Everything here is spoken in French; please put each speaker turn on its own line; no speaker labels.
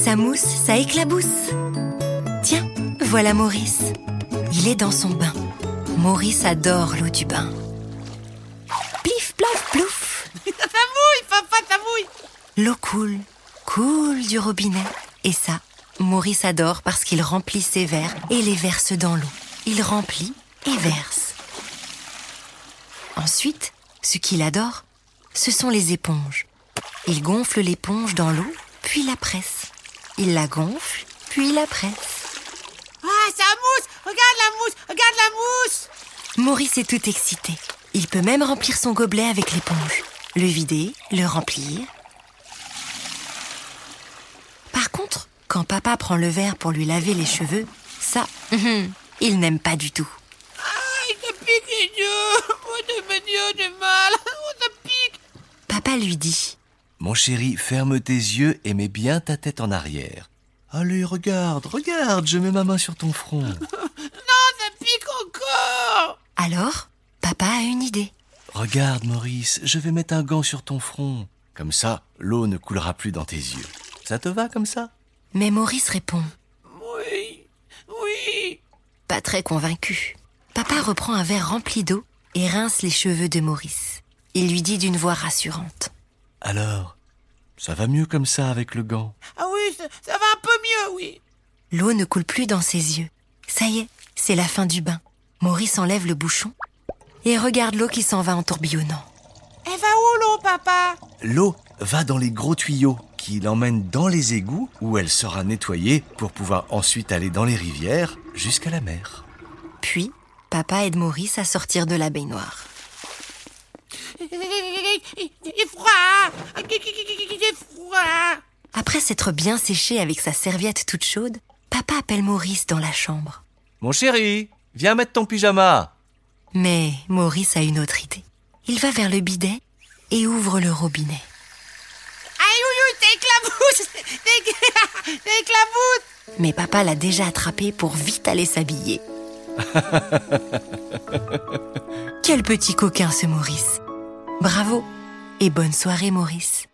ça mousse, ça éclabousse. Tiens, voilà Maurice. Il est dans son bain. Maurice adore l'eau du bain. Plif, plaf, plouf.
Ça mouille, papa, ça mouille.
L'eau coule, coule du robinet. Et ça, Maurice adore parce qu'il remplit ses verres et les verse dans l'eau. Il remplit et verse. Ensuite, ce qu'il adore, ce sont les éponges. Il gonfle l'éponge dans l'eau, puis la presse. Il la gonfle, puis la presse.
Ah, ça mousse. Regarde la mousse, regarde la mousse.
Maurice est tout excité. Il peut même remplir son gobelet avec l'éponge. Le vider, le remplir. Par contre, quand papa prend le verre pour lui laver les cheveux, ça, il n'aime pas du tout.
Ah, il te pique les yeux. Oh, de mes yeux, j'ai mal. Oh, ça pique.
Papa lui dit
Mon chéri, ferme tes yeux et mets bien ta tête en arrière. Allez, regarde, regarde, je mets ma main sur ton front.
Non, ça pique encore.
Alors, papa a une idée.
Regarde, Maurice, je vais mettre un gant sur ton front. Comme ça, l'eau ne coulera plus dans tes yeux. Ça te va comme ça
Mais Maurice répond
Oui, oui.
Pas très convaincu. Papa reprend un verre rempli d'eau et rince les cheveux de Maurice. Il lui dit d'une voix rassurante.
Alors, ça va mieux comme ça avec le gant.
Ah oui, ça, ça va un peu mieux, oui.
L'eau ne coule plus dans ses yeux. Ça y est, c'est la fin du bain. Maurice enlève le bouchon et regarde l'eau qui s'en va en tourbillonnant.
Elle va où l'eau, papa
L'eau va dans les gros tuyaux qui l'emmènent dans les égouts où elle sera nettoyée pour pouvoir ensuite aller dans les rivières jusqu'à la mer.
Puis, papa aide Maurice à sortir de la baignoire.
Il est froid. Il est froid.
Après s'être bien séché avec sa serviette toute chaude, papa appelle Maurice dans la chambre.
Mon chéri, viens mettre ton pyjama.
Mais Maurice a une autre idée. Il va vers le bidet et ouvre le robinet.
Aïe, ouïe, ouïe, t'éclabousses T'éc- T'éclabousses
Mais papa l'a déjà attrapé pour vite aller s'habiller. Quel petit coquin ce Maurice. Bravo et bonne soirée Maurice.